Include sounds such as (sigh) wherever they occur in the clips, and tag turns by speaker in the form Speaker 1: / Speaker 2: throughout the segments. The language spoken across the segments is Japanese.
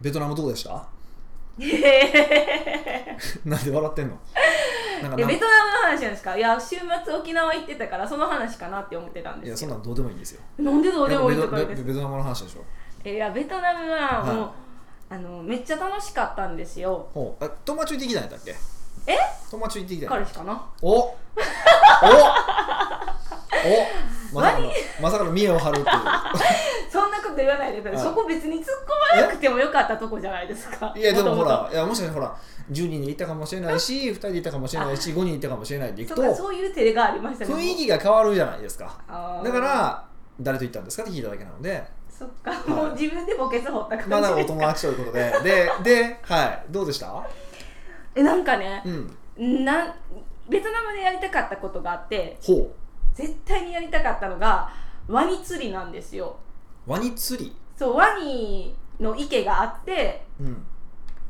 Speaker 1: ベトナムどうでした (laughs)
Speaker 2: え
Speaker 1: なんで笑って
Speaker 2: (laughs)
Speaker 1: んのなんかな
Speaker 2: ベトナム
Speaker 1: い
Speaker 2: の話なんですかいや週末沖縄行ってたからその話かなって思ってたんで
Speaker 1: や
Speaker 2: す
Speaker 1: そ
Speaker 2: け
Speaker 1: んな
Speaker 2: ど
Speaker 1: んどうでもいいんですよ
Speaker 2: なんでどうでもいいとか
Speaker 1: ベ
Speaker 2: 言っ
Speaker 1: ト
Speaker 2: て
Speaker 1: ベトベトナムの話でしょ
Speaker 2: えいやベトナムはもう、
Speaker 1: は
Speaker 2: あのめっちゃ楽しかったんですよ
Speaker 1: ほうあ友達行ってきたんやったっけ
Speaker 2: え
Speaker 1: 友達行ってきたんや
Speaker 2: 彼氏かな
Speaker 1: おおおまさかのまさかの見栄を張るっていう
Speaker 2: そんなこと言わないでください
Speaker 1: はい
Speaker 2: そこ別に突っ込まなくてもよかったとこじゃないですか
Speaker 1: い
Speaker 2: (laughs)
Speaker 1: やでもほ
Speaker 2: 元々
Speaker 1: らいやもしかしたらほら10人で行ったかもしれないし2人で
Speaker 2: (laughs)
Speaker 1: 行ったかもしれないし5人で行ったかもしれないって行
Speaker 2: そうか
Speaker 1: くと
Speaker 2: そういう照れがありましたね
Speaker 1: 雰囲気が変わるじゃないですか
Speaker 2: あー
Speaker 1: だから誰と行ったんですかって聞いただけなので
Speaker 2: そっか、もう自分でボケツ掘った感じですか、
Speaker 1: まあなんかお友達ということででではいどうでした
Speaker 2: (laughs) えなんかね
Speaker 1: うん
Speaker 2: なんベトナムでやりたかったことがあって
Speaker 1: ほ
Speaker 2: 絶対にやりたかったのがワニ釣りなんですよ
Speaker 1: うワニ釣り
Speaker 2: そうワニの池があって
Speaker 1: うん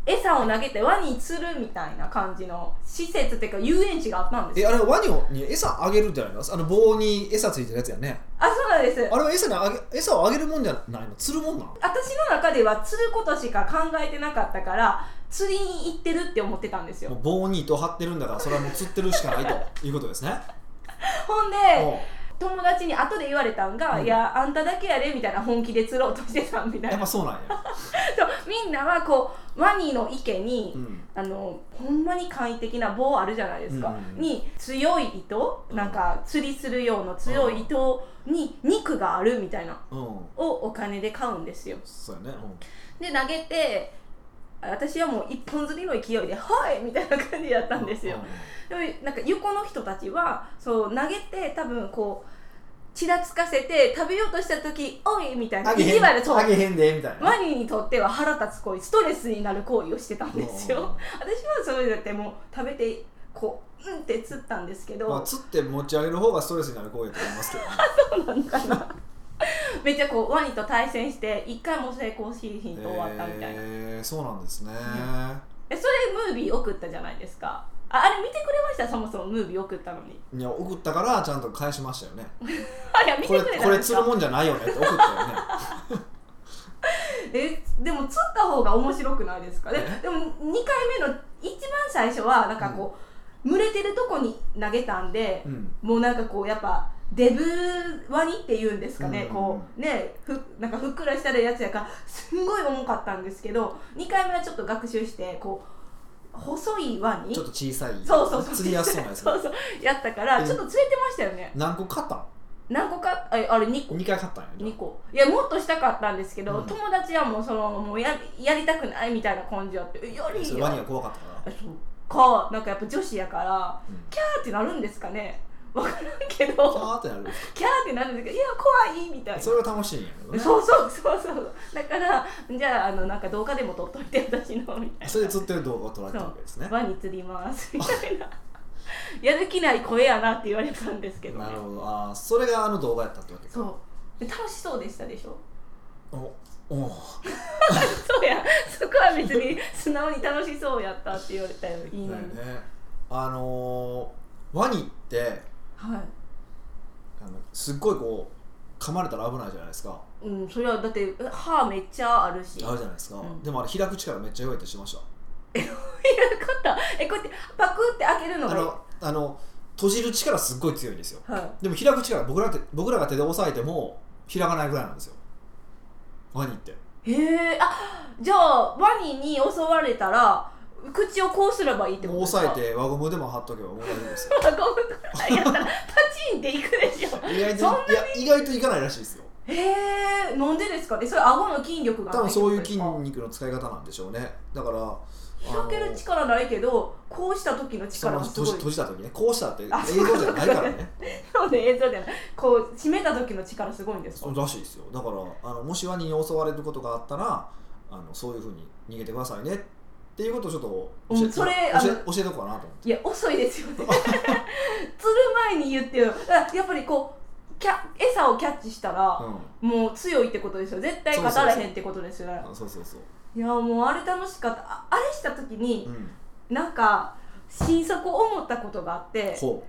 Speaker 2: 餌を投げてワニ釣るみたいな感じの施設っていうか遊園地があったんです
Speaker 1: え
Speaker 2: よ
Speaker 1: あれワニをに餌あげるんじゃないのあの棒に餌ついてるやつやね
Speaker 2: あそうなんです
Speaker 1: あれは餌にあげ餌をあげるもんじゃないの釣るもんなの
Speaker 2: 私の中では釣ることしか考えてなかったから釣りに行ってるって思ってたんです
Speaker 1: も
Speaker 2: よ
Speaker 1: う棒に糸を張ってるんだからそれはもう釣ってるしかない (laughs) ということですね。
Speaker 2: ほんで
Speaker 1: おう
Speaker 2: 友達に後で言われたんが「
Speaker 1: うん
Speaker 2: いやあんただけやで」みたいな本気で釣ろうとしてたみた
Speaker 1: や
Speaker 2: い
Speaker 1: っ
Speaker 2: な
Speaker 1: ぱそうなんや。
Speaker 2: そうみんなはこうワニの池に、
Speaker 1: うん
Speaker 2: あのほんまに簡易的な棒あるじゃないですか、
Speaker 1: うん
Speaker 2: に強い糸なんか釣りする用の強い糸に肉があるみたいな
Speaker 1: うん、
Speaker 2: をお金で買うんですよ
Speaker 1: そうやね。
Speaker 2: で投げて私はもう一本釣りの勢いで「はい!」みたいな感じだったんですよ、でもなんか横の人たちはそう投げて多分こうちらつかせて食べようとした時「おい!」みたいな
Speaker 1: あげへ
Speaker 2: 意地
Speaker 1: ん
Speaker 2: 悪そう
Speaker 1: あげへんでみたいな。
Speaker 2: ワニにとっては腹立つ行為ストレスになる行為をしてたんですよ私はそれだってもう食べてこううんって釣ったんですけ
Speaker 1: うんまあ
Speaker 2: ど
Speaker 1: 釣って持ち上げる方がストレスになる行為だと思いますけど、ね。
Speaker 2: なんかな (laughs) めっちゃこうワニと対戦して一回も成功しひん (laughs) と終わったみたいな、
Speaker 1: えー、そうなんですね。
Speaker 2: えそれムービー送ったじゃないですかああれ見てくれましたそもそもムービー送ったのに (laughs)
Speaker 1: いや送ったからちゃんと返しましたよね。
Speaker 2: あいや見て
Speaker 1: こ
Speaker 2: く
Speaker 1: れ
Speaker 2: れたんですか
Speaker 1: これ釣るもんじゃないよねって送っ
Speaker 2: (laughs)
Speaker 1: たよね。
Speaker 2: えでも釣った方が面白くないですかで
Speaker 1: え
Speaker 2: でも2回目の一番最初はなんかこう、群れてるとこに投げたんで
Speaker 1: う、ん。
Speaker 2: もうなんかこうやっぱデブワニっていうんですかね、
Speaker 1: うん
Speaker 2: こうねふなんかふっくらしたらやつやからすんごい重かったんですけど2回目はちょっと学習してこう細いワニ
Speaker 1: ちょっと小さい。
Speaker 2: そうそうそう
Speaker 1: 釣りやすそうなやつ。
Speaker 2: (laughs) そうそうやったからちょっと釣れてましたよね、
Speaker 1: 何個買ったの
Speaker 2: 何個かああれ2個
Speaker 1: ?2 回買ったんやね。
Speaker 2: 二個いやもっとしたかったんですけど、
Speaker 1: うん
Speaker 2: 友達はもうそのもうややりたくないみたいな感じやってえやり
Speaker 1: そ
Speaker 2: よ
Speaker 1: れワニが怖かったから
Speaker 2: あ。そうかなんかやっぱ女子やから
Speaker 1: うん
Speaker 2: キャーってなるんですかね分からんけど
Speaker 1: キャーってなる。
Speaker 2: キャーってなるんですけど「いや怖い」みたいな
Speaker 1: それは楽しいんやけどね。
Speaker 2: そうそうそうそうだからじゃああのなんか動画でも撮っといて私のみたいな
Speaker 1: それで釣ってる動画を撮られたわけですね。
Speaker 2: ワニ釣りますみたいなやる気ない声やなって言われたんですけど,、
Speaker 1: なるほど。ああ、それがあの動画やったってわけか。
Speaker 2: そうで楽しそうでしたでしょ
Speaker 1: おお
Speaker 2: そうやそこは別に素直に楽しそうやったって言われたよいい
Speaker 1: だ
Speaker 2: の
Speaker 1: よ
Speaker 2: に、
Speaker 1: ね。あのー、ワニって
Speaker 2: は
Speaker 1: あのすっごいこう噛まれたら危ないじゃないですか。
Speaker 2: い、うん、それはだってえ歯めっちゃあるし
Speaker 1: あ
Speaker 2: (laughs)
Speaker 1: るじゃないですか。
Speaker 2: うん
Speaker 1: でもあれ開く力めっちゃ弱いってしました。
Speaker 2: 開かったえこうやってパクって開けるの
Speaker 1: あ
Speaker 2: が
Speaker 1: のあの閉じる力すっごい強いんですよ。
Speaker 2: はい
Speaker 1: でも開く力僕らって僕らが手で押さえても開かないぐらいなんですよ。ワニって。
Speaker 2: へえあじゃあワニに襲われたら口をこうすればいいって
Speaker 1: も
Speaker 2: こと
Speaker 1: う
Speaker 2: ですか
Speaker 1: 押さえて輪ゴムでも貼っとけばもう大丈夫
Speaker 2: (laughs)
Speaker 1: ですよ。
Speaker 2: ゴムとかやったらパチンっていくでしょ
Speaker 1: 意外と
Speaker 2: そん
Speaker 1: いや意外といかないらしいですよ。
Speaker 2: へえなんでですかねそれ顎の筋力がない
Speaker 1: 多分そういう筋
Speaker 2: ってことで
Speaker 1: 肉の使い方なんでしょうねだから
Speaker 2: すか開ける力ないけどこうした時の
Speaker 1: あ
Speaker 2: 力
Speaker 1: の
Speaker 2: がす
Speaker 1: その
Speaker 2: ごい
Speaker 1: 閉じ閉じた時ねこうしたって映
Speaker 2: あそう
Speaker 1: 像じゃないからね
Speaker 2: (laughs) そうね映像じゃないこう締めた時の力すごいんですか
Speaker 1: らしいですよだからあのもしワニに襲われることがあったらあのそういうふうに逃げてくださいねっていうことをちょっと教え,、
Speaker 2: うんそれ
Speaker 1: 教え
Speaker 2: あ
Speaker 1: 教えとこうかなと思って
Speaker 2: いや遅いですよね (laughs) 釣る前に言ってよだからやっぱりこうキャ餌をキャッチしたら、もう強いってことですよ絶対勝たれへんってことですよね
Speaker 1: うんそうそうそう、
Speaker 2: いやもうあれ楽しかったああれした時に
Speaker 1: うん、
Speaker 2: なんか心底思ったことがあって
Speaker 1: ほ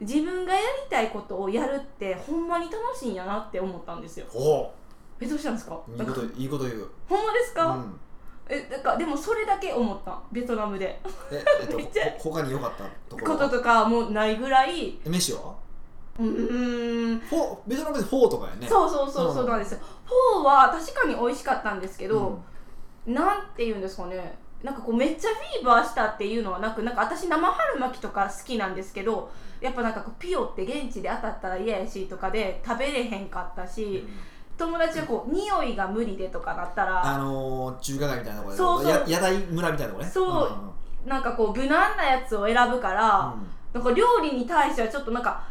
Speaker 2: 自分がやりたいことをやるってほんまに楽しいんやなって思ったんですよ
Speaker 1: うほ
Speaker 2: えどうしたんですか
Speaker 1: ういいこといいこと言う、
Speaker 2: ほんまです
Speaker 1: う
Speaker 2: か、
Speaker 1: ん
Speaker 2: えなんかでもそれだけ思ったベトナムで
Speaker 1: え、えっと、
Speaker 2: (laughs) めっちゃ
Speaker 1: ほ他に良かったとこ
Speaker 2: こ
Speaker 1: ろ
Speaker 2: と
Speaker 1: は
Speaker 2: とかもうないぐらい
Speaker 1: え飯は
Speaker 2: うーん
Speaker 1: フォーベトナムでフォーとかやね
Speaker 2: そうそうそうそうなんですよフォーは確かに美味しかったんですけ
Speaker 1: け
Speaker 2: ど、なんて言うんですかねなんかこうめっちゃフィーバーしたっていうのはなくなんか私生春巻きとか好きなんですけどやっぱなんかこうピオって現地で当たったら嫌やしとかで食べれへんかった
Speaker 1: うん
Speaker 2: し友達はこう匂いが無理でとかなったら
Speaker 1: あのー、中華街みたいなとこで
Speaker 2: そうそう
Speaker 1: や屋台村みたいなとこね
Speaker 2: そうん
Speaker 1: んん
Speaker 2: なんかこう無難なやつを選ぶから、なんか料理に対してはちょっとなんか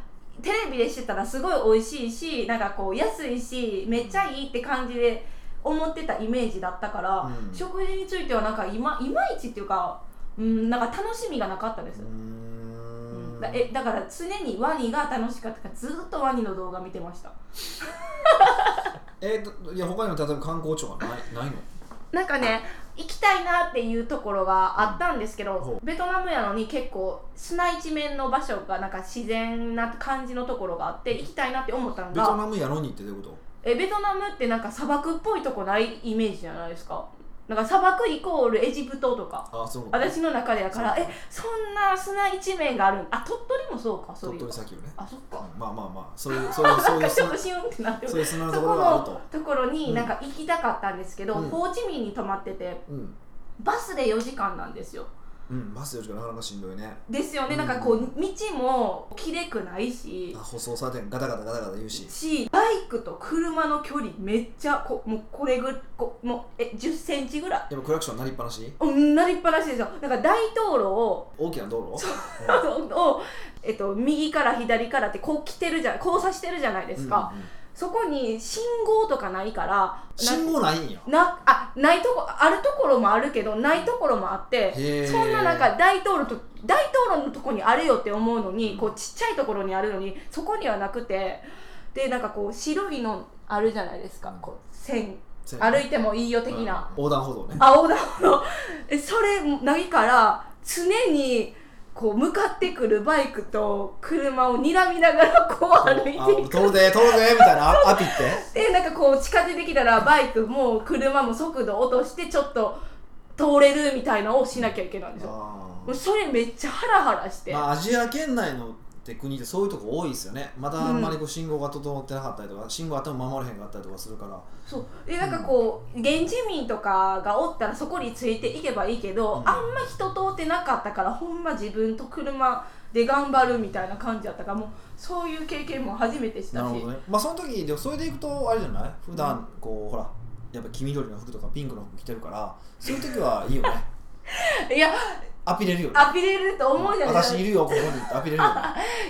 Speaker 2: テレビでしてたらすごい美味しいしなんかこう安いしめっちゃいいって感じで思ってたイメージだったから、
Speaker 1: うん
Speaker 2: 食事についてはなんかいまいまいちっていうか、うん、なんか楽しみがなかったです、
Speaker 1: うんうーん
Speaker 2: だえだから常にワニが楽しかったからずっとワニの動画見てました
Speaker 1: えーといや他にも例えば観光地とかないないの
Speaker 2: なんかね行きたいなっていうところがあったんですけど、ベトナムやのに結構砂一面の場所がなんか自然な感じのところがあって行きたいなって思ったの
Speaker 1: ベト
Speaker 2: が
Speaker 1: ナムやろにってどういうこと
Speaker 2: えベトナムってなんか砂漠っぽいとこないイメージじゃないですかなんか砂漠イコールエジプトとか
Speaker 1: あそう
Speaker 2: 私の中でやから
Speaker 1: そう
Speaker 2: えそんな砂一面があるんあ鳥取もそうかそうい
Speaker 1: 鳥取
Speaker 2: う
Speaker 1: 砂丘ね
Speaker 2: あそっか
Speaker 1: うんまあまあまあそういうそういうそうい
Speaker 2: なん
Speaker 1: う
Speaker 2: かちょっ (laughs)
Speaker 1: 砂
Speaker 2: とシュンってなってる
Speaker 1: そういう砂の
Speaker 2: そ
Speaker 1: と
Speaker 2: こ
Speaker 1: ころがあ
Speaker 2: の
Speaker 1: ると
Speaker 2: ところに
Speaker 1: うん
Speaker 2: なんか行きたかったんですけど、
Speaker 1: うん
Speaker 2: ホーチミンに泊まってて
Speaker 1: うん
Speaker 2: バスで4時間なんですよ
Speaker 1: うんバスよりかなかなかしんどいね
Speaker 2: ですよ
Speaker 1: う
Speaker 2: ね、
Speaker 1: ん
Speaker 2: なんかこう道もきれくないし
Speaker 1: あ舗装されてガタガタガタガタ言うし
Speaker 2: しバイクと車の距離めっちゃこもうこれぐこもうえ10センチぐらい
Speaker 1: やっぱクラクション鳴りっぱなし
Speaker 2: うんなりっぱなしですよなんか大道路を
Speaker 1: 大きな道路
Speaker 2: あのを、えっと、右から左からってこう来てるじゃ交差してるじゃないですか、
Speaker 1: うんうん
Speaker 2: そこに信号とかないから
Speaker 1: 信号ないんや
Speaker 2: ななあないとこあるところもあるけどないところもあって
Speaker 1: へえ
Speaker 2: そんななんか大道路と大道路のとこにあれよって思うのにこうちっちゃいところにあるのにそこにはなくてでなんかこう白いのあるじゃないですかこう線歩
Speaker 1: い
Speaker 2: いてもいいよ的な。
Speaker 1: 横断歩道ね
Speaker 2: 青だろえそれないから常にこう向かってくるバイクと車を睨みながらこう
Speaker 1: あ
Speaker 2: (laughs) 歩いていく
Speaker 1: 通るで通るでみたい
Speaker 2: (laughs)
Speaker 1: なあアピって
Speaker 2: でなんかこう近づいてきたらバイクも車も速度落としてちょっと通れるみたいなのをしなきゃいけないんですよ
Speaker 1: あ
Speaker 2: もう
Speaker 1: ー
Speaker 2: それめっちゃハラハラして、
Speaker 1: まあアジア圏内のって国ってそういうとこ多いですよねまだあんまりこう信号が整ってなかったりとか信号あっても守れへんかったりとかするから
Speaker 2: そうでなんかこう現地民とかがおったらそこについていけばいいけ
Speaker 1: う
Speaker 2: ど、
Speaker 1: ん
Speaker 2: あんま人通ってなかったからほんま自分と車で頑張るみたいな感じだったからもうそういう経験も初めてした
Speaker 1: な
Speaker 2: し、
Speaker 1: るほどねまあその時でもそれでいくとあれじゃない普段こうほらやっぱ黄緑の服とかピンクの服着てるからそういう時はいい
Speaker 2: (laughs)
Speaker 1: よね
Speaker 2: いや
Speaker 1: アピれるよね
Speaker 2: アピれると思うじゃないです
Speaker 1: 私
Speaker 2: か
Speaker 1: いるよここにってアピれるよ
Speaker 2: (laughs)
Speaker 1: ね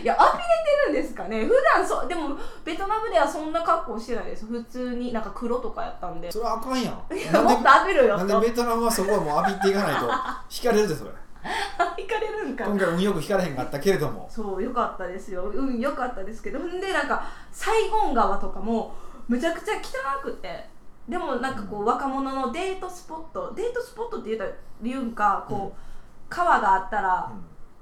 Speaker 2: いやアピれてるんですかね普段そうでもベトナムではそんな格好してないです普通になんか黒とかやったんで
Speaker 1: それはあかんやん
Speaker 2: いや
Speaker 1: な
Speaker 2: もっ
Speaker 1: んで
Speaker 2: とアピるよ
Speaker 1: なん
Speaker 2: と
Speaker 1: でベトナムはそこはもうアピっていかないと
Speaker 2: (laughs)
Speaker 1: 引かれるでそれ
Speaker 2: 行かれるんか
Speaker 1: 今回運よく引かれへんかったけれども
Speaker 2: そう良かったですようん良かったですけどんでなんかサイゴン川とかもむちゃくちゃ汚くてでもなんかこう若者のデートスポットデートスポットって言うたら言うんかこう、
Speaker 1: うん
Speaker 2: 川があった
Speaker 1: うん
Speaker 2: ら
Speaker 1: は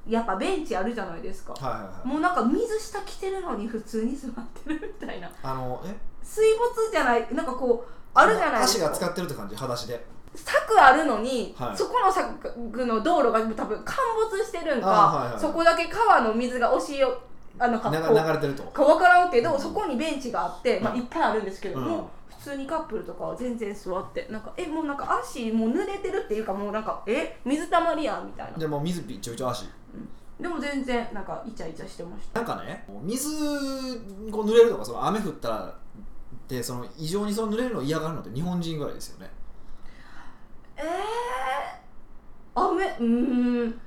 Speaker 1: い
Speaker 2: やっぱベンチあるじゃないですか、
Speaker 1: はいはい
Speaker 2: もうなんか水下着てるのに普通に座ってるみたいな
Speaker 1: あのえ
Speaker 2: 水没じゃないなんかこうあるじゃないです
Speaker 1: 足が
Speaker 2: か
Speaker 1: 使ってるって感じ裸足で
Speaker 2: 柵あるのに、
Speaker 1: はい
Speaker 2: そこの柵の道路が多分陥没してるんか、
Speaker 1: あはいはい
Speaker 2: そこだけ川の水が押しよあの
Speaker 1: な
Speaker 2: 格好
Speaker 1: 流れてると
Speaker 2: か分からんけど、
Speaker 1: うん
Speaker 2: そこにベンチがあって、まあ、
Speaker 1: うん
Speaker 2: いっぱいあるんですけども、
Speaker 1: うん
Speaker 2: 普通にカップルとかは全然座ってなんかえもうなんか足もう濡れてるっていうかもうなんかえ水たまりやんみたいな
Speaker 1: でもう水びっちょびちょ足
Speaker 2: でも全然なんかイチャイチャしてました
Speaker 1: なんかねもう水こう濡れるとかその雨降ったらでその異常にその濡れるのを嫌がるのって日本人ぐらいですよね
Speaker 2: えー、雨うーん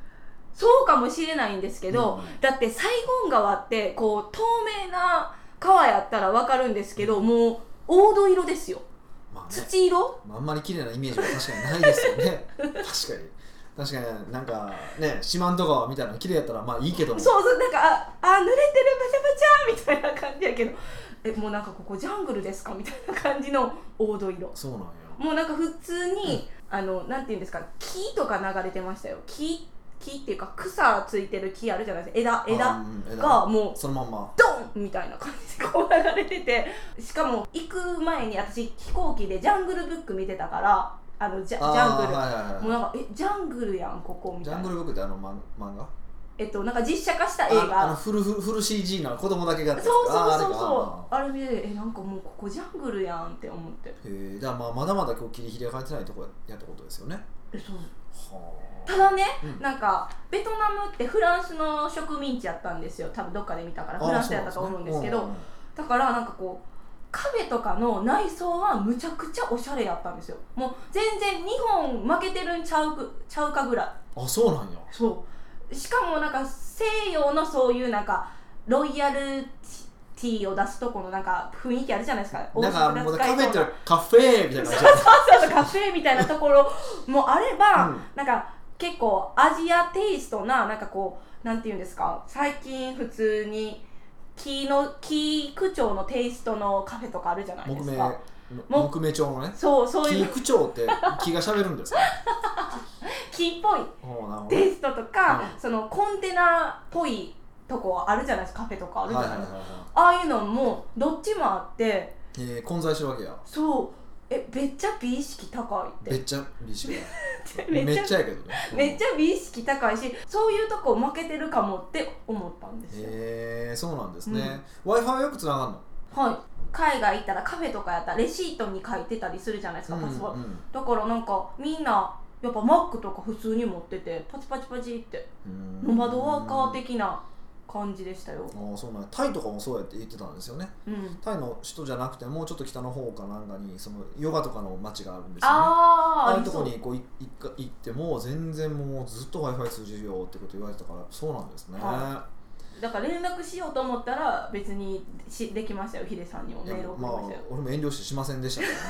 Speaker 2: そうかもしれないんですけど、
Speaker 1: うん
Speaker 2: だってサイゴン川ってこう透明な川やったら分かるんですけど、もう黄土色ですよ
Speaker 1: まあね
Speaker 2: 土色
Speaker 1: まああんまり綺麗なイメージは確かにないですよ
Speaker 2: (laughs)
Speaker 1: ね確かに確かになんかね四万十川みたいなの綺麗やったらまあいいけども
Speaker 2: そうそうなんかああ濡れてるバチャバチャみたいな感じやけどえもうなんかここジャングルですかみたいな感じの黄土色
Speaker 1: そうなんや
Speaker 2: もうなんか普通に、あのなんていうんですか木とか流れてましたよ木木っていうか草ついてる木あるじゃないですか枝
Speaker 1: あ
Speaker 2: 枝
Speaker 1: うん
Speaker 2: がもう
Speaker 1: そのまんま
Speaker 2: ドンみたいな感じでこう流れててしかも行く前に私飛行機でジャングルブック見てたからあのジャジ
Speaker 1: あー
Speaker 2: ャングル、
Speaker 1: はいはいはい
Speaker 2: もうなんかえジャングルやんここみ
Speaker 1: ジ
Speaker 2: た
Speaker 1: ャ
Speaker 2: い
Speaker 1: ン
Speaker 2: な
Speaker 1: グルブックってあの漫漫画
Speaker 2: えっとなんか実写化した映
Speaker 1: ああの
Speaker 2: 画
Speaker 1: フルフルフル CG の子供だけがやっ
Speaker 2: そう
Speaker 1: たやつ
Speaker 2: そうそう
Speaker 1: あ
Speaker 2: そうあれ見てえなんかもうここジャングルやんって思って
Speaker 1: ーあれかあーへえだからまあまだまだこう切り開かれてないとこやってことですよね
Speaker 2: えそう
Speaker 1: は
Speaker 2: ただね、
Speaker 1: うん
Speaker 2: なんかベトナムってフランスの植民地やったんですよ多分どっかで見たから
Speaker 1: あ
Speaker 2: フランスやったと思うんですけ
Speaker 1: そう
Speaker 2: ど
Speaker 1: なんで
Speaker 2: だからなんかこう壁とかの内装はむちゃくちゃおしゃれやったんですよもう全然日本負けてるんちゃうくちゃうかぐらい
Speaker 1: すねうんあそうなんや
Speaker 2: そうしかもなんか西洋のそういうなんかロイヤルティーを出すとこのなんか雰囲気あるじゃないですか
Speaker 1: なんかもうカフェって
Speaker 2: そう
Speaker 1: カフェみたいな感じ
Speaker 2: そうカフェみたいなところもあれば、なんか結構アジアテイストななんかこうなんていうんですか最近普通に木の木区長のテイストのカフェとかあるじゃないで
Speaker 1: 木
Speaker 2: す
Speaker 1: 目
Speaker 2: かも
Speaker 1: 木目調のね
Speaker 2: そうそうい
Speaker 1: 木
Speaker 2: う
Speaker 1: 口調って木が喋るんですか
Speaker 2: (laughs) 木っぽい
Speaker 1: おーなるほど
Speaker 2: テイストとか、そのコンテナっぽいとこあるじゃないですかカフェとかあるじゃ
Speaker 1: は
Speaker 2: ないい
Speaker 1: はい
Speaker 2: です
Speaker 1: は
Speaker 2: か
Speaker 1: いは
Speaker 2: ああいうのもどっちもあって
Speaker 1: いえー混在してるわけや
Speaker 2: そうえめっちゃ美意識高い
Speaker 1: めっ
Speaker 2: っ
Speaker 1: てちゃ美味しいや
Speaker 2: (laughs) め
Speaker 1: めっ
Speaker 2: っち
Speaker 1: ち
Speaker 2: ゃ
Speaker 1: ゃやけどね
Speaker 2: めっちゃ美意識高いしそういうとこ負けてるかもって思ったんですよ、
Speaker 1: えー、そうなんですね、w i f i はよくつながるの
Speaker 2: はい海外行ったらカフェとかやったらレシートに書いてたりするじゃないですかパスワード、
Speaker 1: うんうん
Speaker 2: だからなんかみんなやっぱマックとか普通に持っててパチパチパチって
Speaker 1: うん
Speaker 2: ノマドワーカー的な感じでしたよ、
Speaker 1: ああそうなんやタイとかもそうやって言ってたんですよね
Speaker 2: うん、
Speaker 1: タイの首都じゃなくてもうちょっと北の方かなんかにそのヨガとかの街があるんですよね
Speaker 2: あ
Speaker 1: ああ
Speaker 2: ーあ
Speaker 1: いう
Speaker 2: り
Speaker 1: と
Speaker 2: そ
Speaker 1: こ
Speaker 2: う
Speaker 1: にこういいか行っても全然もうずっと w i f i 通じるよってこと言われてたからそうなんですね、
Speaker 2: はだから連絡しようと思ったら別にしできましたよヒデさんにも
Speaker 1: い
Speaker 2: メ
Speaker 1: や
Speaker 2: ール送
Speaker 1: ま
Speaker 2: り
Speaker 1: あ
Speaker 2: ましたよ、
Speaker 1: 俺も遠慮してしませんでしたけどね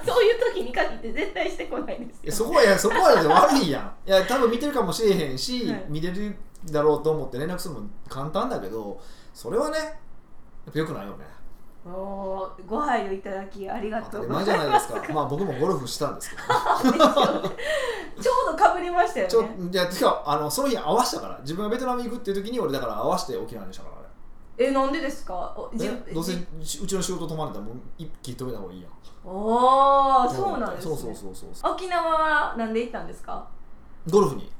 Speaker 2: (laughs) そういう時に限って絶対してこないで
Speaker 1: いや
Speaker 2: すよ
Speaker 1: (laughs) そこはいやそこはだって悪いや
Speaker 2: (laughs)
Speaker 1: んいや多分見てるかもしれへんし、
Speaker 2: はい
Speaker 1: 見れるだろうと思って連絡するのも簡単だけどそれはねやっぱよくないよね
Speaker 2: おーご配慮いただきありが
Speaker 1: 当た
Speaker 2: とう
Speaker 1: り
Speaker 2: ご
Speaker 1: 前
Speaker 2: ざい
Speaker 1: じゃないで
Speaker 2: ますす (laughs)
Speaker 1: かまあ僕もゴルフしたんですけど
Speaker 2: ちょうどかぶりましたよね
Speaker 1: ちょいやてかあのその日合わせたから自分がベトナム行くっていう時に俺だから合わせて沖縄にしたからあれ
Speaker 2: えなんでですかおじ
Speaker 1: えどうせうちうちの仕事止まれたらもう一気に止めた方がいいやん
Speaker 2: おーそうなんです、ね、
Speaker 1: そうそうそうそうそ
Speaker 2: 沖縄はなんで行ったんですか
Speaker 1: うゴルフに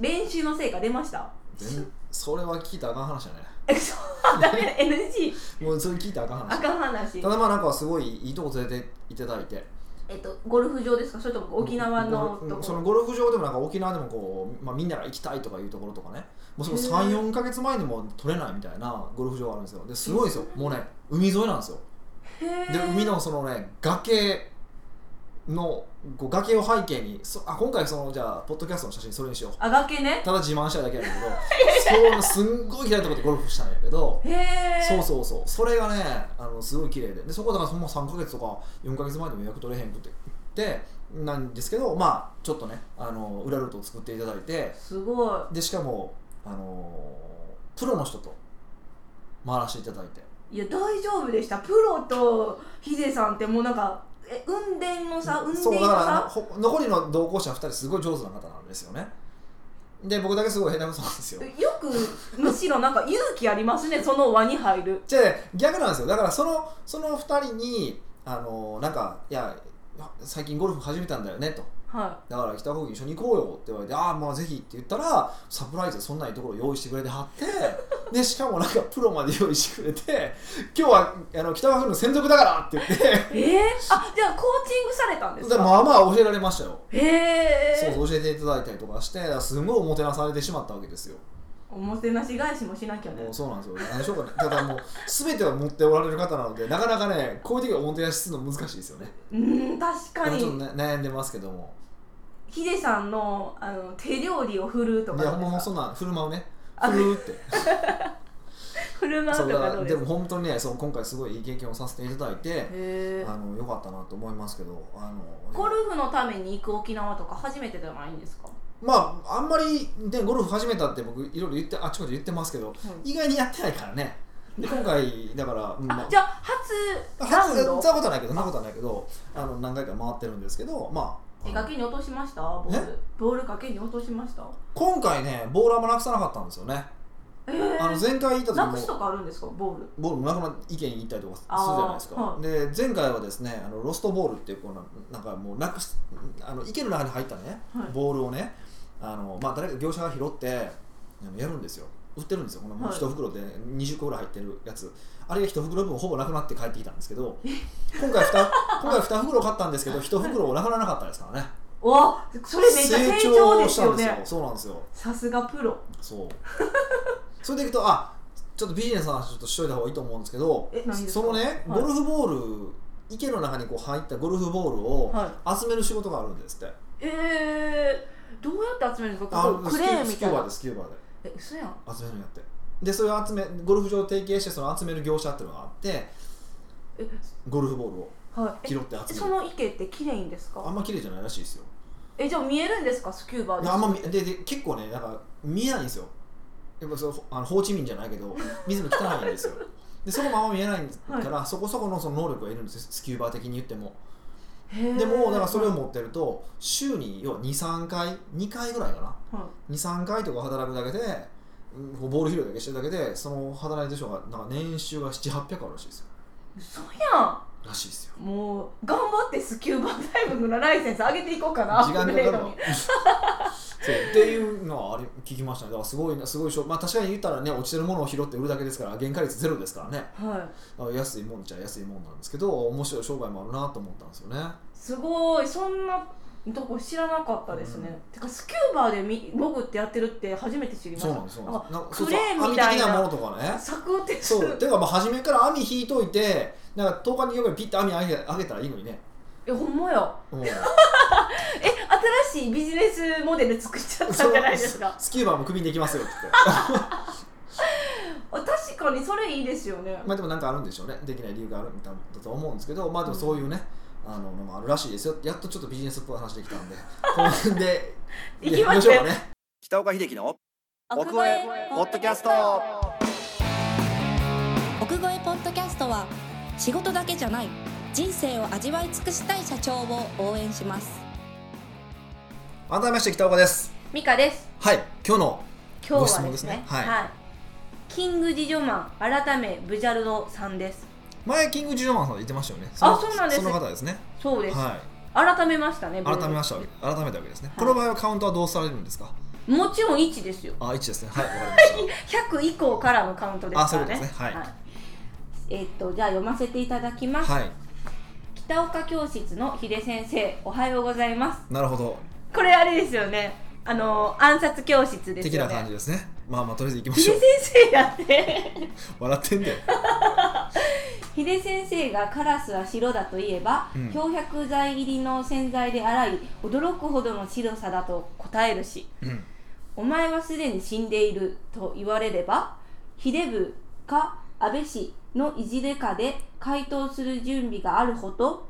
Speaker 2: 練習の成果出ました (laughs)
Speaker 1: 全それは聞いたらあかん話だね
Speaker 2: えそうダメ NG
Speaker 1: もうそれ聞いたらあかん
Speaker 2: あ
Speaker 1: 話
Speaker 2: かん話
Speaker 1: ただまあなんかすごいいいとこ連れていただいて
Speaker 2: えっとゴルフ場ですかそれとも沖縄の
Speaker 1: うん
Speaker 2: と
Speaker 1: そ
Speaker 2: こ
Speaker 1: のゴルフ場でもなんか沖縄でもこう、まあ、みんなが行きたいとかいうところとかねもうその
Speaker 2: へー
Speaker 1: 34か月前にも取れないみたいなゴルフ場があるんですよですごいですよもうね海沿いなんですよ
Speaker 2: へー
Speaker 1: で海のそのね崖のこう崖を背景にそあ今回そのじゃあポッドキャストの写真それにしよう
Speaker 2: あ崖ね
Speaker 1: ただ自慢したいだけやね
Speaker 2: (laughs)
Speaker 1: んけどそうすんごい嫌いなとこでゴルフしたんやけど
Speaker 2: へえ
Speaker 1: そうそうそうそれがねあのすごい綺麗ででそこだからその3ヶ月とか4ヶ月前でも予約取れへんくてでなんですけどまあちょっとねあの裏ルートを作っていただいて
Speaker 2: すごい
Speaker 1: でしかもあのプロの人と回らせていただいて
Speaker 2: いや大丈夫でしたプロとヒデさんってもうなんかえ運転のさ運転
Speaker 1: そう
Speaker 2: の
Speaker 1: だから
Speaker 2: さ
Speaker 1: ほ残りの同行者2人すごい上手な方なんですよねで僕だけすごい下手くそなんですよ
Speaker 2: よくむしろなんか勇気ありますねその輪に入る
Speaker 1: じゃあ逆なんですよだからそのその2人にあのなんかいや最近ゴルフ始めたんだよねと
Speaker 2: は
Speaker 1: だから北方に一緒に行こうよって言われて「ああまあぜひ」って言ったらサプライズでそんないいところ用意してくれては
Speaker 2: (laughs)
Speaker 1: ってでしかもなんかプロまで用意してくれて「今日はあの北川君の専属だから」って言
Speaker 2: (laughs)
Speaker 1: って
Speaker 2: いえー、あじゃあコーチングされたんです
Speaker 1: で
Speaker 2: か
Speaker 1: まあまあ教えられましたよ、
Speaker 2: へえ
Speaker 1: そうそう教えていただいたりとかしてだからすごいおもてなされてしまったわけですよ
Speaker 2: おもてなし返しもしなきゃね
Speaker 1: もうそうなんですよ何でしょうかねただもう全てを持っておられる方なのでなかなかねこういう時はおもてなしするの難しいですよね
Speaker 2: うーん確か
Speaker 1: でもちょっと、
Speaker 2: に
Speaker 1: ね、悩んでますけども
Speaker 2: ヒデさんのあの手料理を振るうと
Speaker 1: い
Speaker 2: か
Speaker 1: や
Speaker 2: どう
Speaker 1: ほん
Speaker 2: で
Speaker 1: ますそ
Speaker 2: か
Speaker 1: んなん振る舞うね
Speaker 2: あ
Speaker 1: 振るって
Speaker 2: 振る舞う
Speaker 1: そ
Speaker 2: と
Speaker 1: う
Speaker 2: か
Speaker 1: だ
Speaker 2: どうで
Speaker 1: ですも
Speaker 2: か
Speaker 1: 本当にねそう今回すごいいい経験をさせていただいて
Speaker 2: へえ
Speaker 1: あの良かったなと思いますけどあの
Speaker 2: ゴルフのために行く沖縄とか初めてじゃないんですか、
Speaker 1: まああんまり、ね、ゴルフ始めたって僕いろいろ言ってあっちこっち言ってますけど意外にやってないからねで今回だから、うんま
Speaker 2: あじゃあ初ラウン
Speaker 1: そんな
Speaker 2: ド
Speaker 1: ことはないけどそんなことはないけどあの何回か回ってるんですけどまあ
Speaker 2: え
Speaker 1: あの
Speaker 2: 崖に落としましたボールボール崖に落としました
Speaker 1: 今回ねボーラーもなくさなかったんですよね
Speaker 2: えー、
Speaker 1: あの前回行った
Speaker 2: なく
Speaker 1: 時
Speaker 2: す
Speaker 1: も
Speaker 2: とかあるんですかボール
Speaker 1: ボールもなくなって意見行ったりとかするじゃないですか、
Speaker 2: あーはい
Speaker 1: で前回はですねあのロストボールっていうこうななんかもうなくすあの池の中に入ったね、
Speaker 2: はい
Speaker 1: ボールをねあの、まあ、誰か業者が拾ってあのやるんですよ売ってるんですよこのもう
Speaker 2: はい
Speaker 1: 一袋で20個ぐらい入ってるやつ、あれが一袋分ほぼなくなって帰ってきたんですけど今回 2, 今回二袋買ったんですけど一袋なくならなかったですからね
Speaker 2: おそれめっちゃ成長です
Speaker 1: 成長したん
Speaker 2: よね
Speaker 1: ですよそうなんですよ
Speaker 2: さすがプロ
Speaker 1: そう (laughs) それでいくとあちょっとビジネスの話ちょっとしといた方がいいと思うんですけど
Speaker 2: え何ですか
Speaker 1: そのね
Speaker 2: はい
Speaker 1: ゴルフボール、池の中にこう入ったゴルフボールを
Speaker 2: はい
Speaker 1: 集める仕事があるんですって、
Speaker 2: えー、どうやって集めるんですかこ
Speaker 1: あ
Speaker 2: うクレーンみ
Speaker 1: スキュ
Speaker 2: た
Speaker 1: ー
Speaker 2: い
Speaker 1: バー
Speaker 2: な
Speaker 1: でスキューバーで
Speaker 2: え嘘やん
Speaker 1: 集めるんやってでそれを集めゴルフ場を提携してその集める業者っていうのがあって
Speaker 2: え
Speaker 1: ゴルフボールを
Speaker 2: はい
Speaker 1: 拾って
Speaker 2: え
Speaker 1: 集
Speaker 2: そ
Speaker 1: める
Speaker 2: の池って綺麗いんです
Speaker 1: あん
Speaker 2: か
Speaker 1: ま綺麗じゃないらしいですよ
Speaker 2: えじゃあ見えるんですかスキューバー
Speaker 1: い
Speaker 2: で
Speaker 1: やあんまみでで結構ねなんか見えないんですよやっぱそうあのホーチミンじゃないけ (laughs) ど水も汚いんですよでそのまま見えないから、そこそこのその能力がいるんですよスキューバー的に言っても
Speaker 2: へー
Speaker 1: でもだからそれを持ってると週に要は23回2回ぐらいかな
Speaker 2: は
Speaker 1: 23回とか働くだけでうんこうボール拾いだけしてるだけでその働いてる人がなんか年収が700800あるらしいですよ
Speaker 2: い嘘や
Speaker 1: らしいですよ
Speaker 2: んもう頑張ってスキューバーダイビングのライセンス上げていこうかな
Speaker 1: 時間かか
Speaker 2: アップグレー
Speaker 1: るわ
Speaker 2: ドに
Speaker 1: そうっていうのはあれ聞きましたねだからすごいなすごいしょまあ確かに言ったらね落ちてるものを拾って売るだけですから原価率ゼロですからね
Speaker 2: はい
Speaker 1: あ安いもんっちゃ安いもんなんですけど面白い商売もあるなと思ったんですよね
Speaker 2: すごいそんなとこ知らなかったですね、
Speaker 1: うん
Speaker 2: てかスキューバーでみ潜ってやってるって初めて知りまし
Speaker 1: そうな
Speaker 2: た
Speaker 1: んですそうなんですなんか
Speaker 2: クレーンみたい
Speaker 1: そ
Speaker 2: な
Speaker 1: うそう網的なものとかね
Speaker 2: 柵って
Speaker 1: そ
Speaker 2: (laughs)
Speaker 1: う
Speaker 2: い
Speaker 1: てかまあ初めから網引いといてなんか10日に1回ぐらいピッて網上げ上げたらいいのにね
Speaker 2: やほんまや
Speaker 1: うん
Speaker 2: (laughs) え新しいビジネスモデル作っちゃった
Speaker 1: そ
Speaker 2: ん
Speaker 1: の
Speaker 2: じゃないですか
Speaker 1: スキューバーもクビにできますよって言って
Speaker 2: あ確かにそれいいですよね、
Speaker 1: まあでもなんかあるんでしょうねできない理由があるんだと思うんですけどまあでもそういうね、あののもあるらしいですよやっとちょっとビジネスっぽい話できた
Speaker 2: (laughs)
Speaker 1: んでこの辺で
Speaker 2: いきます
Speaker 1: で行きょうかね北岡秀樹の奥越えポッドキャスト
Speaker 3: 奥越えポッドキャストは仕事だけじゃない人生を味わい尽くしたい社長を応援します
Speaker 1: 改めまして北岡です
Speaker 2: ミカです
Speaker 1: はい今日の
Speaker 2: 今
Speaker 1: ご
Speaker 2: 日
Speaker 1: 質
Speaker 2: は
Speaker 1: 問
Speaker 2: で
Speaker 1: ですす
Speaker 2: ね
Speaker 1: ねはい
Speaker 2: キング・ジジョマン改めブジャルドさんです
Speaker 1: 前キング・ジュノマンさん言ってましたよね
Speaker 2: あ
Speaker 1: の
Speaker 2: そうなんです
Speaker 1: その方ですね
Speaker 2: そうです、
Speaker 1: はい
Speaker 2: 改めましたね
Speaker 1: 改めました
Speaker 2: ブジャ
Speaker 1: 改めたわけですね、この場合はカウントはどうされるんですか
Speaker 2: ルドもちろん1ですよ
Speaker 1: あ1ですねはいわかりまし
Speaker 2: 100以降からのカウントですか
Speaker 1: あそ
Speaker 2: らね
Speaker 1: ういうことですねはい
Speaker 2: えっとじゃあ読ませていただきます、
Speaker 1: たはい
Speaker 2: 北岡教室の秀先生おはようございます
Speaker 1: なるほど
Speaker 2: これあれですよねあの暗殺教室です
Speaker 1: 的
Speaker 2: よ
Speaker 1: な感
Speaker 2: ね
Speaker 1: じですねまあまあとりあえず行きまし
Speaker 2: 秀
Speaker 1: ょう
Speaker 2: (laughs) 先生やって
Speaker 1: 笑ってんだよ
Speaker 2: 秀先生がカラスは白だといえば、
Speaker 1: うん
Speaker 2: 漂白剤入りの洗剤で洗い驚くほどの白さだと答えるし
Speaker 1: うん
Speaker 2: お前はすでに死んでいると言われれば秀部か安倍氏のいじれかで回答する準備があるほど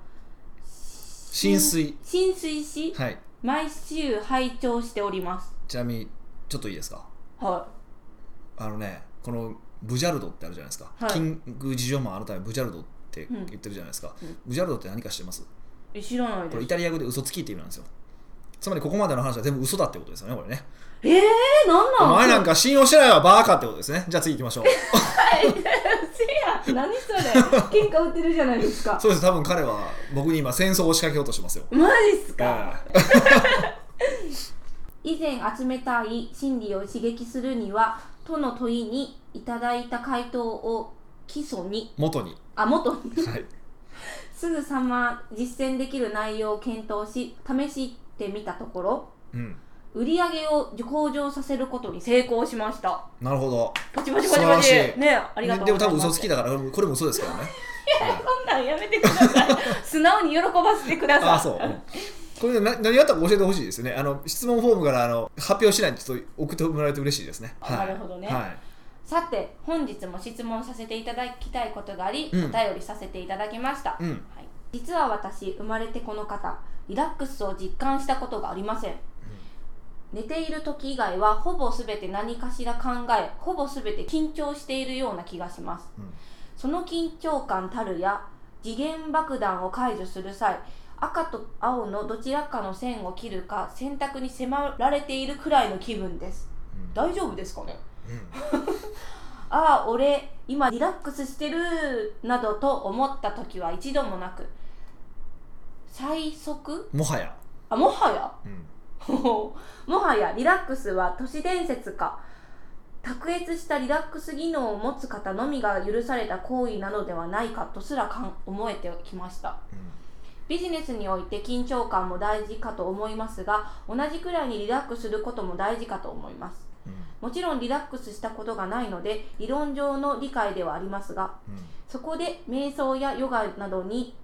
Speaker 1: 浸水
Speaker 2: 浸水し
Speaker 1: はい
Speaker 2: 毎週拝聴しております
Speaker 1: ちなみにちょっといいですか
Speaker 2: は
Speaker 1: あのねこのブジャルドってあるじゃないですか、
Speaker 2: はい
Speaker 1: キング事情もあるためブジャルドって言ってるじゃないですか、
Speaker 2: うん
Speaker 1: ブジャルドって何か知ってます
Speaker 2: いえ知らない
Speaker 1: これ
Speaker 2: で
Speaker 1: イ
Speaker 2: す
Speaker 1: タリア語で嘘つきって意味なんですよつまりここまでの話は全部嘘だってことですよねこれね
Speaker 2: えー、なん
Speaker 1: お
Speaker 2: なん
Speaker 1: 前
Speaker 2: (laughs)
Speaker 1: なんか信用してないわバーカってことですねじゃあ次行きましょう
Speaker 2: せや何それ
Speaker 1: (laughs)
Speaker 2: 喧嘩売ってるじゃないですか
Speaker 1: そうです多分彼は僕に今戦争を仕掛けようとしてますよ
Speaker 2: マジっすか
Speaker 1: あ
Speaker 2: 以前集めたい心理を刺激するにはとの問いにいただいた回答を基礎に
Speaker 1: 元に
Speaker 2: あ元に
Speaker 1: はい
Speaker 2: すぐさま実践できる内容を検討し試してみたところ
Speaker 1: うん
Speaker 2: 売り上げを向上させることに成功しました
Speaker 1: なるほど
Speaker 2: パチパチパチパチ
Speaker 1: 素晴らしい
Speaker 2: ねありがとう
Speaker 1: でも
Speaker 2: ござ
Speaker 1: 多
Speaker 2: い
Speaker 1: 分
Speaker 2: ます
Speaker 1: 嘘つきだからこれも嘘ですから
Speaker 2: (laughs)
Speaker 1: ねはい
Speaker 2: そんなんやめてください素直に喜ばせてください
Speaker 1: ああそう、うんこれな何やったか教えてほしいですよねあの質問フォームからあの発表しないとちょっと送ってもらえると嬉しいですね、
Speaker 2: あなるほどね
Speaker 1: はい、
Speaker 2: さて本日も質問させていただきたいことがあり、
Speaker 1: うん
Speaker 2: お便りさせていただきました、
Speaker 1: うん
Speaker 2: はい、実は私生まれてこの方リラックスを実感したことがありません、寝ている時以外はほぼ全て何かしら考えほぼ全て緊張しているような気がします、
Speaker 1: うん
Speaker 2: その緊張感たるや次元爆弾を解除する際赤と青のどちらかの線を切るか選択に迫られているくらいの気分です
Speaker 1: うん
Speaker 2: 大丈夫ですかねああ俺今リラックスしてるなどと思った時は一度もなく最速
Speaker 1: うん、もはや、
Speaker 2: あもはや (laughs)
Speaker 1: うん、
Speaker 2: もうもはやリラックスは都市伝説か卓越したリラックス技能を持つ方のみが許された行為なのではないかとすらかん思えてきましたビジネスにおいて緊張感も大事かと思いますが同じくらいにリラックスすることも大事かと思います
Speaker 1: うん
Speaker 2: もちろんリラックスしたことがないので理論上の理解ではありますが
Speaker 1: うんうん、
Speaker 2: そこで瞑想やヨガなどに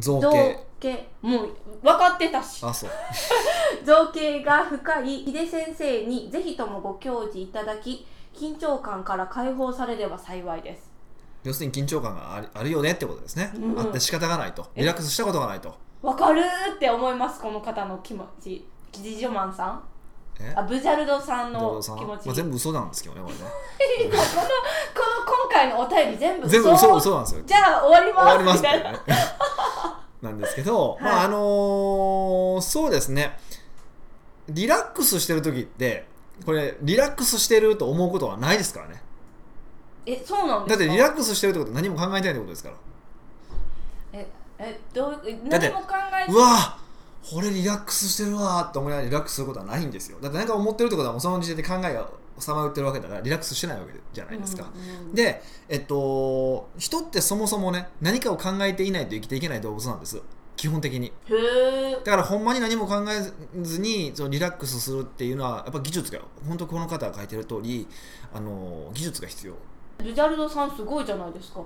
Speaker 1: 造
Speaker 2: 造
Speaker 1: 形
Speaker 2: 形もう分かってたし
Speaker 1: あそう
Speaker 2: 造形が深い秀先生にぜひともご教示いただき緊張感から解放されれば幸いです
Speaker 1: 要するに緊張感があるあるよねってことですね、
Speaker 2: うん
Speaker 1: あって仕方がないとリラックスしたことがないと
Speaker 2: わかるーって思いますこの方の気持ちキジジョマンさん
Speaker 1: え
Speaker 2: あブジャルドさん
Speaker 1: 堂
Speaker 2: の
Speaker 1: 々
Speaker 2: 気
Speaker 1: さん
Speaker 2: 持ち、
Speaker 1: まあ、全部嘘なんですけどねこれね
Speaker 2: (laughs) このこの今回のお便り全部
Speaker 1: 全部
Speaker 2: そ
Speaker 1: 嘘
Speaker 2: う
Speaker 1: 嘘なんですよ
Speaker 2: じゃあ終わります
Speaker 1: 終わりますみたい
Speaker 2: みたいな (laughs)
Speaker 1: なねなんですけど、
Speaker 4: い
Speaker 1: まああのーそうですねリラックスしてる時ってこれリラックスしてると思うことはないですからね
Speaker 2: えそうなんで
Speaker 1: だ
Speaker 2: す
Speaker 1: って
Speaker 2: か
Speaker 1: リラックスしてるってことは何も考えてないってことですから
Speaker 2: ええどうえ
Speaker 1: だって
Speaker 2: 何も考えて
Speaker 1: うわーこれリラックスしてるわーって思いながらリラックスすることはないんですよだって何か思ってるってことはもうその時点で考えがさまよってるわけだからリラックスしてないわけじゃないですか、
Speaker 2: うんうん
Speaker 1: で、えっと、人ってそもそもね何かを考えていないと生きていけない動物なんです基本的に
Speaker 2: へえ
Speaker 1: だからほんまに何も考えずにそのリラックスするっていうのはやっぱ技術が本当この方が書いてる通りあの技術が必要
Speaker 2: ルジャルドさんすごいじゃないですか
Speaker 1: ん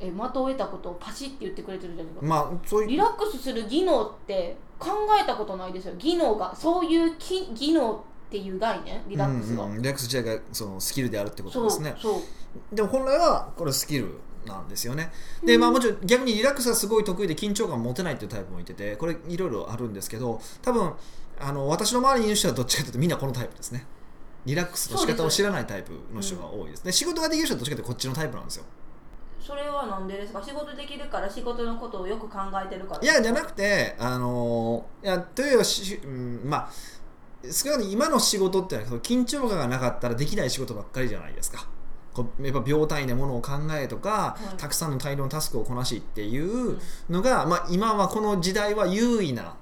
Speaker 2: え的を得たことをパシッて言ってくれてるじゃないですか
Speaker 1: まあそう
Speaker 2: リ
Speaker 1: いう
Speaker 2: ラックスする技能って考えたことないですよ技能がそういうき技能っていう概念リラックスは、
Speaker 1: うんうんリラックス自体がそのスキルであるってこと
Speaker 2: そう
Speaker 1: ですね
Speaker 2: そう
Speaker 1: でも本来はこれスキルなんですよねでまあもちろん逆にリラックスがすごい得意で緊張感持てないっていうタイプもいててこれいろいろあるんですけど多分あの私の周りにいる人はどっちかというとみんなこのタイプですねリラックスの仕方を知らないタイプの人が多いですね、仕事ができる人はどっちかというとこっちのタイプなんですよ
Speaker 2: それはなんでですか仕事できるから仕事のことをよく考えてるから
Speaker 1: いやじゃなくてあのいやというよりはし、うん、まあ少なくとも今の仕事ってのはその緊張感がなかったらできない仕事ばっかりじゃないですかこうやっぱ秒単位でものを考えとか、
Speaker 2: はい
Speaker 1: たくさんの大量のタスクをこなしっていう
Speaker 2: うん
Speaker 1: のが、まあ、今はこの時代は優位な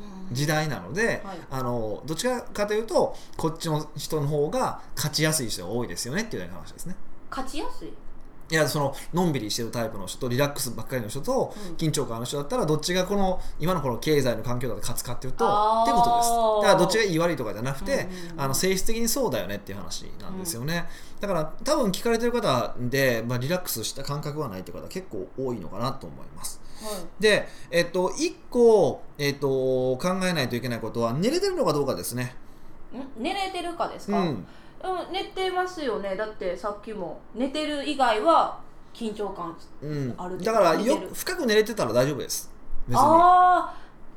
Speaker 2: うん
Speaker 1: 時代なので、
Speaker 2: はい
Speaker 1: あのどっちかというとこっちの人の方が勝ちやすい人が多いですよねっていうような話ですね
Speaker 2: 勝ちやすい、
Speaker 1: いやそののんびりしてるタイプの人とリラックスばっかりの人と
Speaker 2: うん
Speaker 1: 緊張感の人だったらどっちがこの今のこの経済の環境だと勝つかっていうと
Speaker 2: あー
Speaker 1: っていうことですだからどっちがいい悪いとかじゃなくて、
Speaker 2: うん
Speaker 1: あの性質的にそうだよねっていう話なんですよね、だから多分聞かれてる方で、まあ、リラックスした感覚はないっていう方結構多いのかなと思います
Speaker 2: はい
Speaker 1: でえっと1個、えっと、考えないといけないことは寝れてるのかどうかですね
Speaker 2: ん寝れてるかです
Speaker 1: う
Speaker 2: か、
Speaker 1: ん
Speaker 2: うん寝てますよねだってさっきも寝てる以外は緊張感
Speaker 1: うん
Speaker 2: ある
Speaker 1: だから
Speaker 2: 寝
Speaker 1: よ
Speaker 2: てる
Speaker 1: 深く寝れてたら大丈夫です別に
Speaker 2: ああ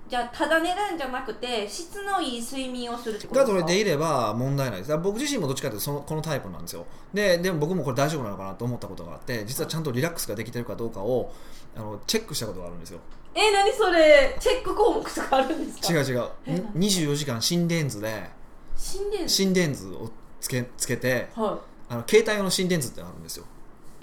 Speaker 2: じゃあただ寝るんじゃなくて質のいい睡眠をするってこと
Speaker 1: が
Speaker 2: です
Speaker 1: 取
Speaker 2: か
Speaker 1: れていれば問題ないですだから僕自身もどっちかというとそのこのタイプなんですよででも僕もこれ大丈夫なのかなと思ったことがあって実はちゃんとリラックスができてるかどうかをあのチェックしたことがあるんですよ
Speaker 2: え何それチェック項目とかあるんですか
Speaker 1: 違う
Speaker 2: う
Speaker 1: 違う
Speaker 2: え
Speaker 1: に24時間心電図で
Speaker 2: 心電図
Speaker 1: 心電図をつけつけて
Speaker 2: は
Speaker 1: あの携帯用の心電図ってのがあるんですよ、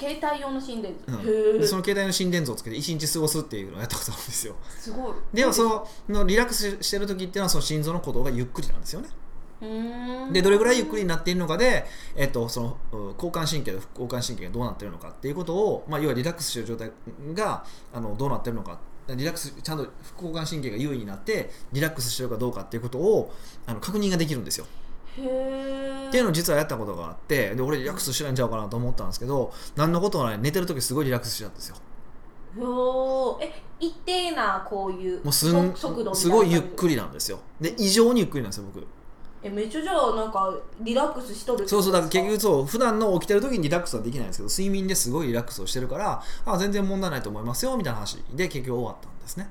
Speaker 2: い携帯用の心電図、
Speaker 1: うん
Speaker 2: へえ
Speaker 1: でその携帯の心電図をつけて1日過ごすっていうのをやったことあるんですよ
Speaker 2: すごい
Speaker 1: ではそののリラックスしてる時っていうのはその心臓の鼓動がゆっくりなんですよね
Speaker 2: うーん
Speaker 1: でどれぐらいゆっくりになっているのかで、えっと、そのうん交感神経と副交感神経がどうなっているのかっていうことを、まあ、要はリラックスしている状態があのどうなっているのかリラックスちゃんと副交感神経が優位になってリラックスしているかどうかっていうことをあの確認ができるんですよ。
Speaker 2: へえ
Speaker 1: っていうのを実はやったことがあってで俺リラックスしてないんちゃうかなと思ったんですけど何のこともない寝てる時すごいリラックスしてたんですよ。
Speaker 2: よーえ一定なこういう
Speaker 1: もうす
Speaker 2: 速
Speaker 1: ん
Speaker 2: 速度みた
Speaker 1: すごいゆっ
Speaker 2: り
Speaker 1: くりなんですよ。で異常にゆっくりなんですよ僕。
Speaker 2: えめっちゃじゃあなんかリラックスしとるって
Speaker 1: そ
Speaker 2: こ
Speaker 1: うそ
Speaker 2: と
Speaker 1: う
Speaker 2: で
Speaker 1: だ
Speaker 2: す
Speaker 1: か
Speaker 2: から
Speaker 1: 結局そう普段の起きてる時にリラックスはできないんですけど睡眠ですごいリラックスをしてるからあ全然問題ないと思いますよみたいな話で結局終わったんですね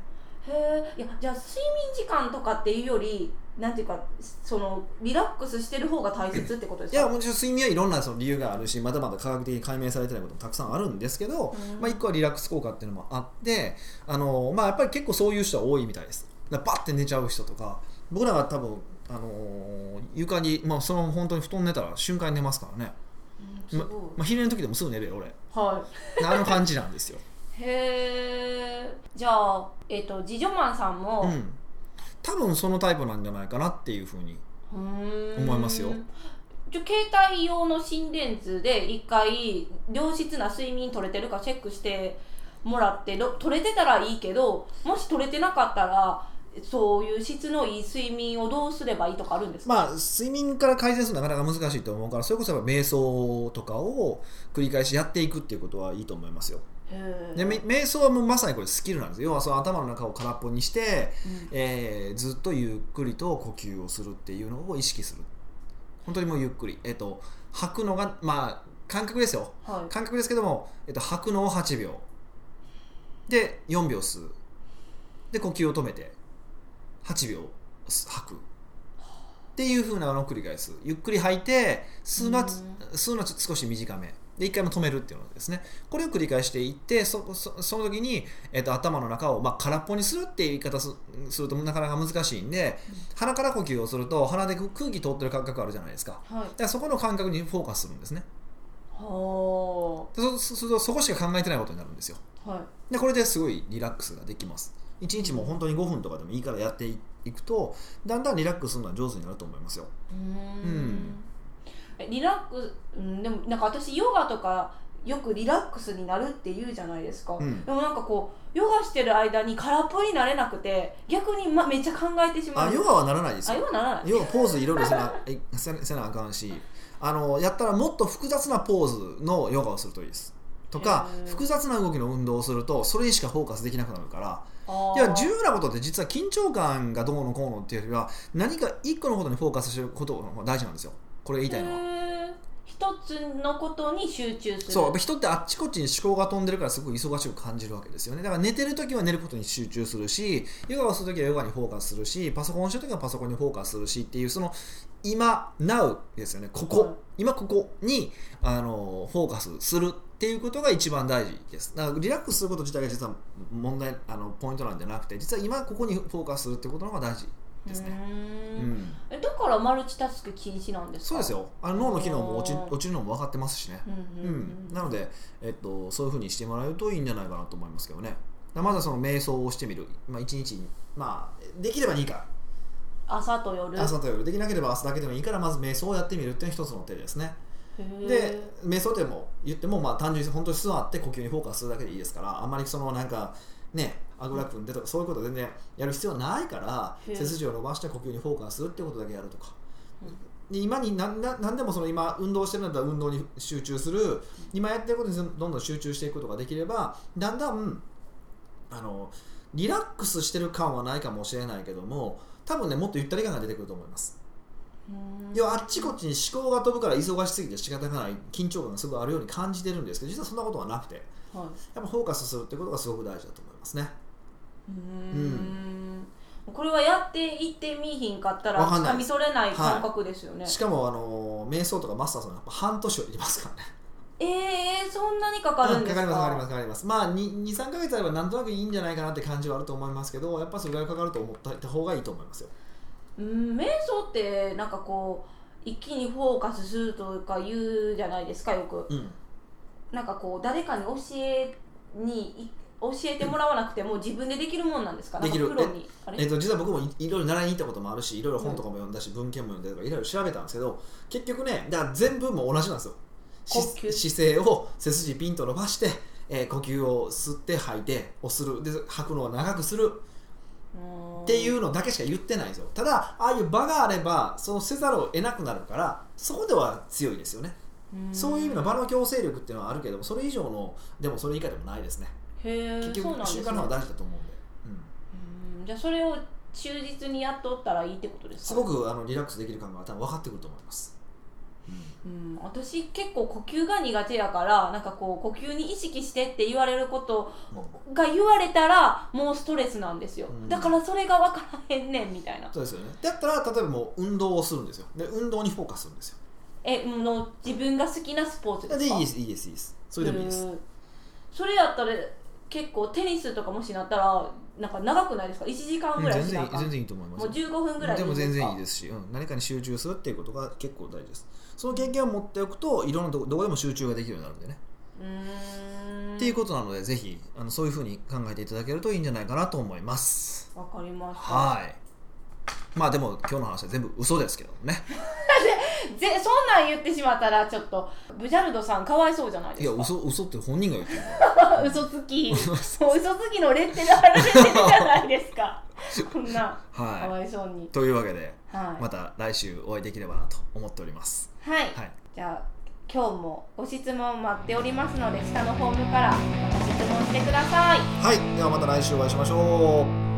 Speaker 2: へえいやじゃあ睡眠時間とかっていうよりなんていうかそのリラックスしてる方が大切ってことです
Speaker 1: い
Speaker 2: か
Speaker 1: やもちろん睡眠はいろんなその理由があるしまだまだ科学的に解明されてないこともたくさんあるんですけど、
Speaker 2: うん
Speaker 1: まあ、一個はリラックス効果っていうのもあってあの、まあ、やっぱり結構そういう人は多いみたいですだからバッて寝ちゃう人とか僕らが多分あのー床に、まあ、そのまま本当に布団寝たら瞬間に寝ますからね、
Speaker 2: うんすご
Speaker 1: まあ、昼寝の時でもすぐ寝るよ俺
Speaker 2: い。は
Speaker 1: あの感じなんですよ、
Speaker 2: い。へえ。じゃあ、えっ、と、次女マンさんも
Speaker 1: う。ん、多分そのタイプなんじゃないかなっていうふうに
Speaker 2: うーん
Speaker 1: 思いますよ。
Speaker 2: じゃあ携帯用の心電図で一回良質な睡眠取れてるかチェックしてもらってど取れてたらいいけどもし取れてなかったらそういう質のいい睡眠をどうすればいいとかあるんですか、
Speaker 1: まあ睡眠から改善するのはなかなか難しいと思うからそれこそやっぱ瞑想とかを繰り返しやっていくっていうことはいいと思いますよ
Speaker 2: へー
Speaker 1: でめ瞑想はもうまさにこれスキルなんですよ要はその頭の中を空っぽにして、
Speaker 2: うん
Speaker 1: えーずっとゆっくりと呼吸をするっていうのを意識する本当にもうゆっくり、えっと吐くのがまあ感覚ですよ
Speaker 2: はい
Speaker 1: 感覚ですけども、えっと吐くのを8秒で4秒吸うで呼吸を止めて8秒吸吐くっていう風なのを繰り返すゆっくり吐いて吸うのはつ吸うのはちょっと少し短めで1回も止めるっていうのですねこれを繰り返していってそそその時に、えっと頭の中を、まあ、空っぽにするっていう言い方すするとなかなか難しいんで、鼻から呼吸をすると鼻で空気通ってる感覚あるじゃないですかだか
Speaker 2: はい
Speaker 1: らそこの感覚にフォーカスするんですね
Speaker 2: は
Speaker 1: でそうするとそこしか考えてないことになるんですよ
Speaker 2: あはい
Speaker 1: でこれですごいリラックスができます一日もう本当に5分とかでもいいからやっていくとだんだんリラックスするのは上手になると思いますよ
Speaker 2: うーん
Speaker 1: ん
Speaker 2: えリラックス、うん、でもなんか私ヨガとかよくリラックスになるって言うじゃないですか、
Speaker 1: うん
Speaker 2: でもなんかこうヨガしてる間に空っぽになれなくて逆に、ま、めっちゃ考えてしまう
Speaker 1: あヨガはならないです
Speaker 2: あ
Speaker 1: よ
Speaker 2: ヨガならない
Speaker 1: 要はポーズいろいろせなえせせなあかんしあのやったらもっと複雑なポーズのヨガをするといいですとか
Speaker 2: へー
Speaker 1: 複雑な動きの運動をするとそれにしかフォーカスできなくなるから
Speaker 2: あ
Speaker 1: いや重要なことって実は緊張感がどうのこうのっていうよりは何か一個のことにフォーカスしてることの方が大事なんですよこれ言いたいのは。
Speaker 2: へー一つのことに集中する
Speaker 1: そうやっぱ人ってあっちこっちに思考が飛んでるからすごく忙しく感じるわけですよねだから寝てる時は寝ることに集中するしヨガをする時はヨガにフォーカスするしパソコンをしてる時はパソコンにフォーカスするしっていうその今 now ですよねここ、
Speaker 2: はい
Speaker 1: 今ここにあのフォーカスするっていうことが一番大事ですだからリラックスすること自体が実は問題あのポイントなんじゃなくて実は今ここにフォーカスするってことの方が大事ですね、
Speaker 2: う
Speaker 1: う
Speaker 2: ーん
Speaker 1: ん、
Speaker 2: えだからマルチタスク禁止なんですか
Speaker 1: そうですよあの脳の機能も落ち
Speaker 2: あー
Speaker 1: 落ちるのも分かってますしね
Speaker 2: うんうんうん
Speaker 1: うん、なので、えっと、そういうふうにしてもらうといいんじゃないかなと思いますけどねだからまずはその瞑想をしてみる、まあ、一日に、まあ、できればいいか
Speaker 2: 朝と夜
Speaker 1: ら朝と夜できなければ朝だけでもいいからまず瞑想をやってみるっていうのが一つの手ですね
Speaker 2: へー
Speaker 1: で瞑想っても言ってもまあ単純に本当に座って呼吸にフォーカスするだけでいいですからあんまりそのなんかねあぐら組んでとかそういうこと全然やる必要ないから
Speaker 2: うん
Speaker 1: 背筋を伸ばして呼吸にフォーカスするってことだけやるとか
Speaker 2: うん。
Speaker 1: で今に何な何でもその今運動してるんだったら運動に集中する今やってることにどんどん集中していくことができればだんだんあのリラックスしてる感はないかもしれないけども多分ねもっとゆったり感が出てくると思います
Speaker 2: うーん
Speaker 1: 要はあっちこっちに思考が飛ぶから忙しすぎて仕方がない緊張感がすごいあるように感じてるんですけど実はそんなことはなくてや
Speaker 2: はい
Speaker 1: っぱフォーカスするってことがすごく大事だと思いますね
Speaker 2: うーんこれはやっていってみいひんかったら
Speaker 1: わかんない
Speaker 2: 掴み取れない感覚ですよね、
Speaker 1: しかもあの瞑想とかマスターさんはやっぱ半年はいりますからね
Speaker 2: えー、そんなにかかるんですか
Speaker 1: うんかかりますかかりますかかりますまあ23か月あればなんとなくいいんじゃないかなって感じはあると思いますけどやっぱそれぐらいかかると思った方がいいと思いますよ
Speaker 2: うん瞑想ってなんかこう一気にフォーカスするとか言うじゃないですかよく
Speaker 1: うん
Speaker 2: なんかこう誰かに教えにい教えてもらわなくても自分でできるもんなんですか
Speaker 1: できる
Speaker 2: なんかプロにあ
Speaker 1: え
Speaker 2: れ
Speaker 1: っと実は僕もいいろいろ習いに行ったこともあるしいろいろ本とかも読んだし、文献も読んでとかいろいろ調べたんですけど結局ねだから全部もう同じなんですよし
Speaker 2: 呼吸
Speaker 1: 姿勢を背筋ピンと伸ばして、えー呼吸を吸って吐いてをするで吐くのを長くする
Speaker 2: っ
Speaker 1: っていううのだけしか言ってないんですよただああいう場があればそうせざるを得なくなるからそこでは強いですよね
Speaker 2: ーん
Speaker 1: そういう意味の場の強制力っていうのはあるけどもそれ以上のでもそれ以下でもないですね
Speaker 2: へー
Speaker 1: 結
Speaker 2: そうなん
Speaker 1: 局
Speaker 2: です
Speaker 1: 習
Speaker 2: ね
Speaker 1: 慣の方が大事だと思うんで、うん、
Speaker 2: うんじゃあそれを忠実にやっとったらいいってことですか
Speaker 1: すごくあのリラックスできる感が多分分かってくると思います、
Speaker 2: うん、私結構呼吸が苦手やからなんかこう呼吸に意識してって言われること
Speaker 1: うん
Speaker 2: が言われたらもうストレスなんですよ、
Speaker 1: うん
Speaker 2: だからそれが分からへんねんみたいな
Speaker 1: そうですよねだったら例えばもう運動をするんですよで運動にフォーカスするんですよ
Speaker 2: えの自分が好きなスポーツです
Speaker 1: でい
Speaker 2: か
Speaker 1: いですいいですいいですそれでもいいです
Speaker 2: うんそれやったら結構テニスとかもしなったらなんか長くないですか1時間
Speaker 1: うん
Speaker 2: ぐらい
Speaker 1: 全
Speaker 2: し
Speaker 1: 然い
Speaker 2: ないあかん
Speaker 1: 全然いいと思います
Speaker 2: もう15分ぐらい
Speaker 1: でも全然いいですすし、うん、何かに集中するっていうことが結構大事ですその経験を持っておくといろんなとこどこでも集中ができるようになるんでね、
Speaker 2: うーん
Speaker 1: っていうことなのでぜひあのそういうふうに考えていただけるといいんじゃないかなと思います
Speaker 2: わかりました
Speaker 1: はいまあでも今日の話は全部嘘ですけどね
Speaker 2: ぜそんなん言ってしまったらちょっとブジャルドさんかわいそうじゃないで
Speaker 1: い
Speaker 2: す
Speaker 1: や
Speaker 2: か
Speaker 1: 嘘嘘って本人が言ってる
Speaker 2: (laughs) 嘘つきもう嘘つきのレッテル貼られてるじゃないです (laughs) かこんなか
Speaker 1: は
Speaker 2: わいそうに
Speaker 1: いというわけで
Speaker 2: はい、
Speaker 1: また来週お会いできればなと思っております
Speaker 2: はい
Speaker 1: はい
Speaker 2: じゃあ今日もご質問待っておりますので下のフォームからご質問してください
Speaker 1: はいではまた来週お会いしましょう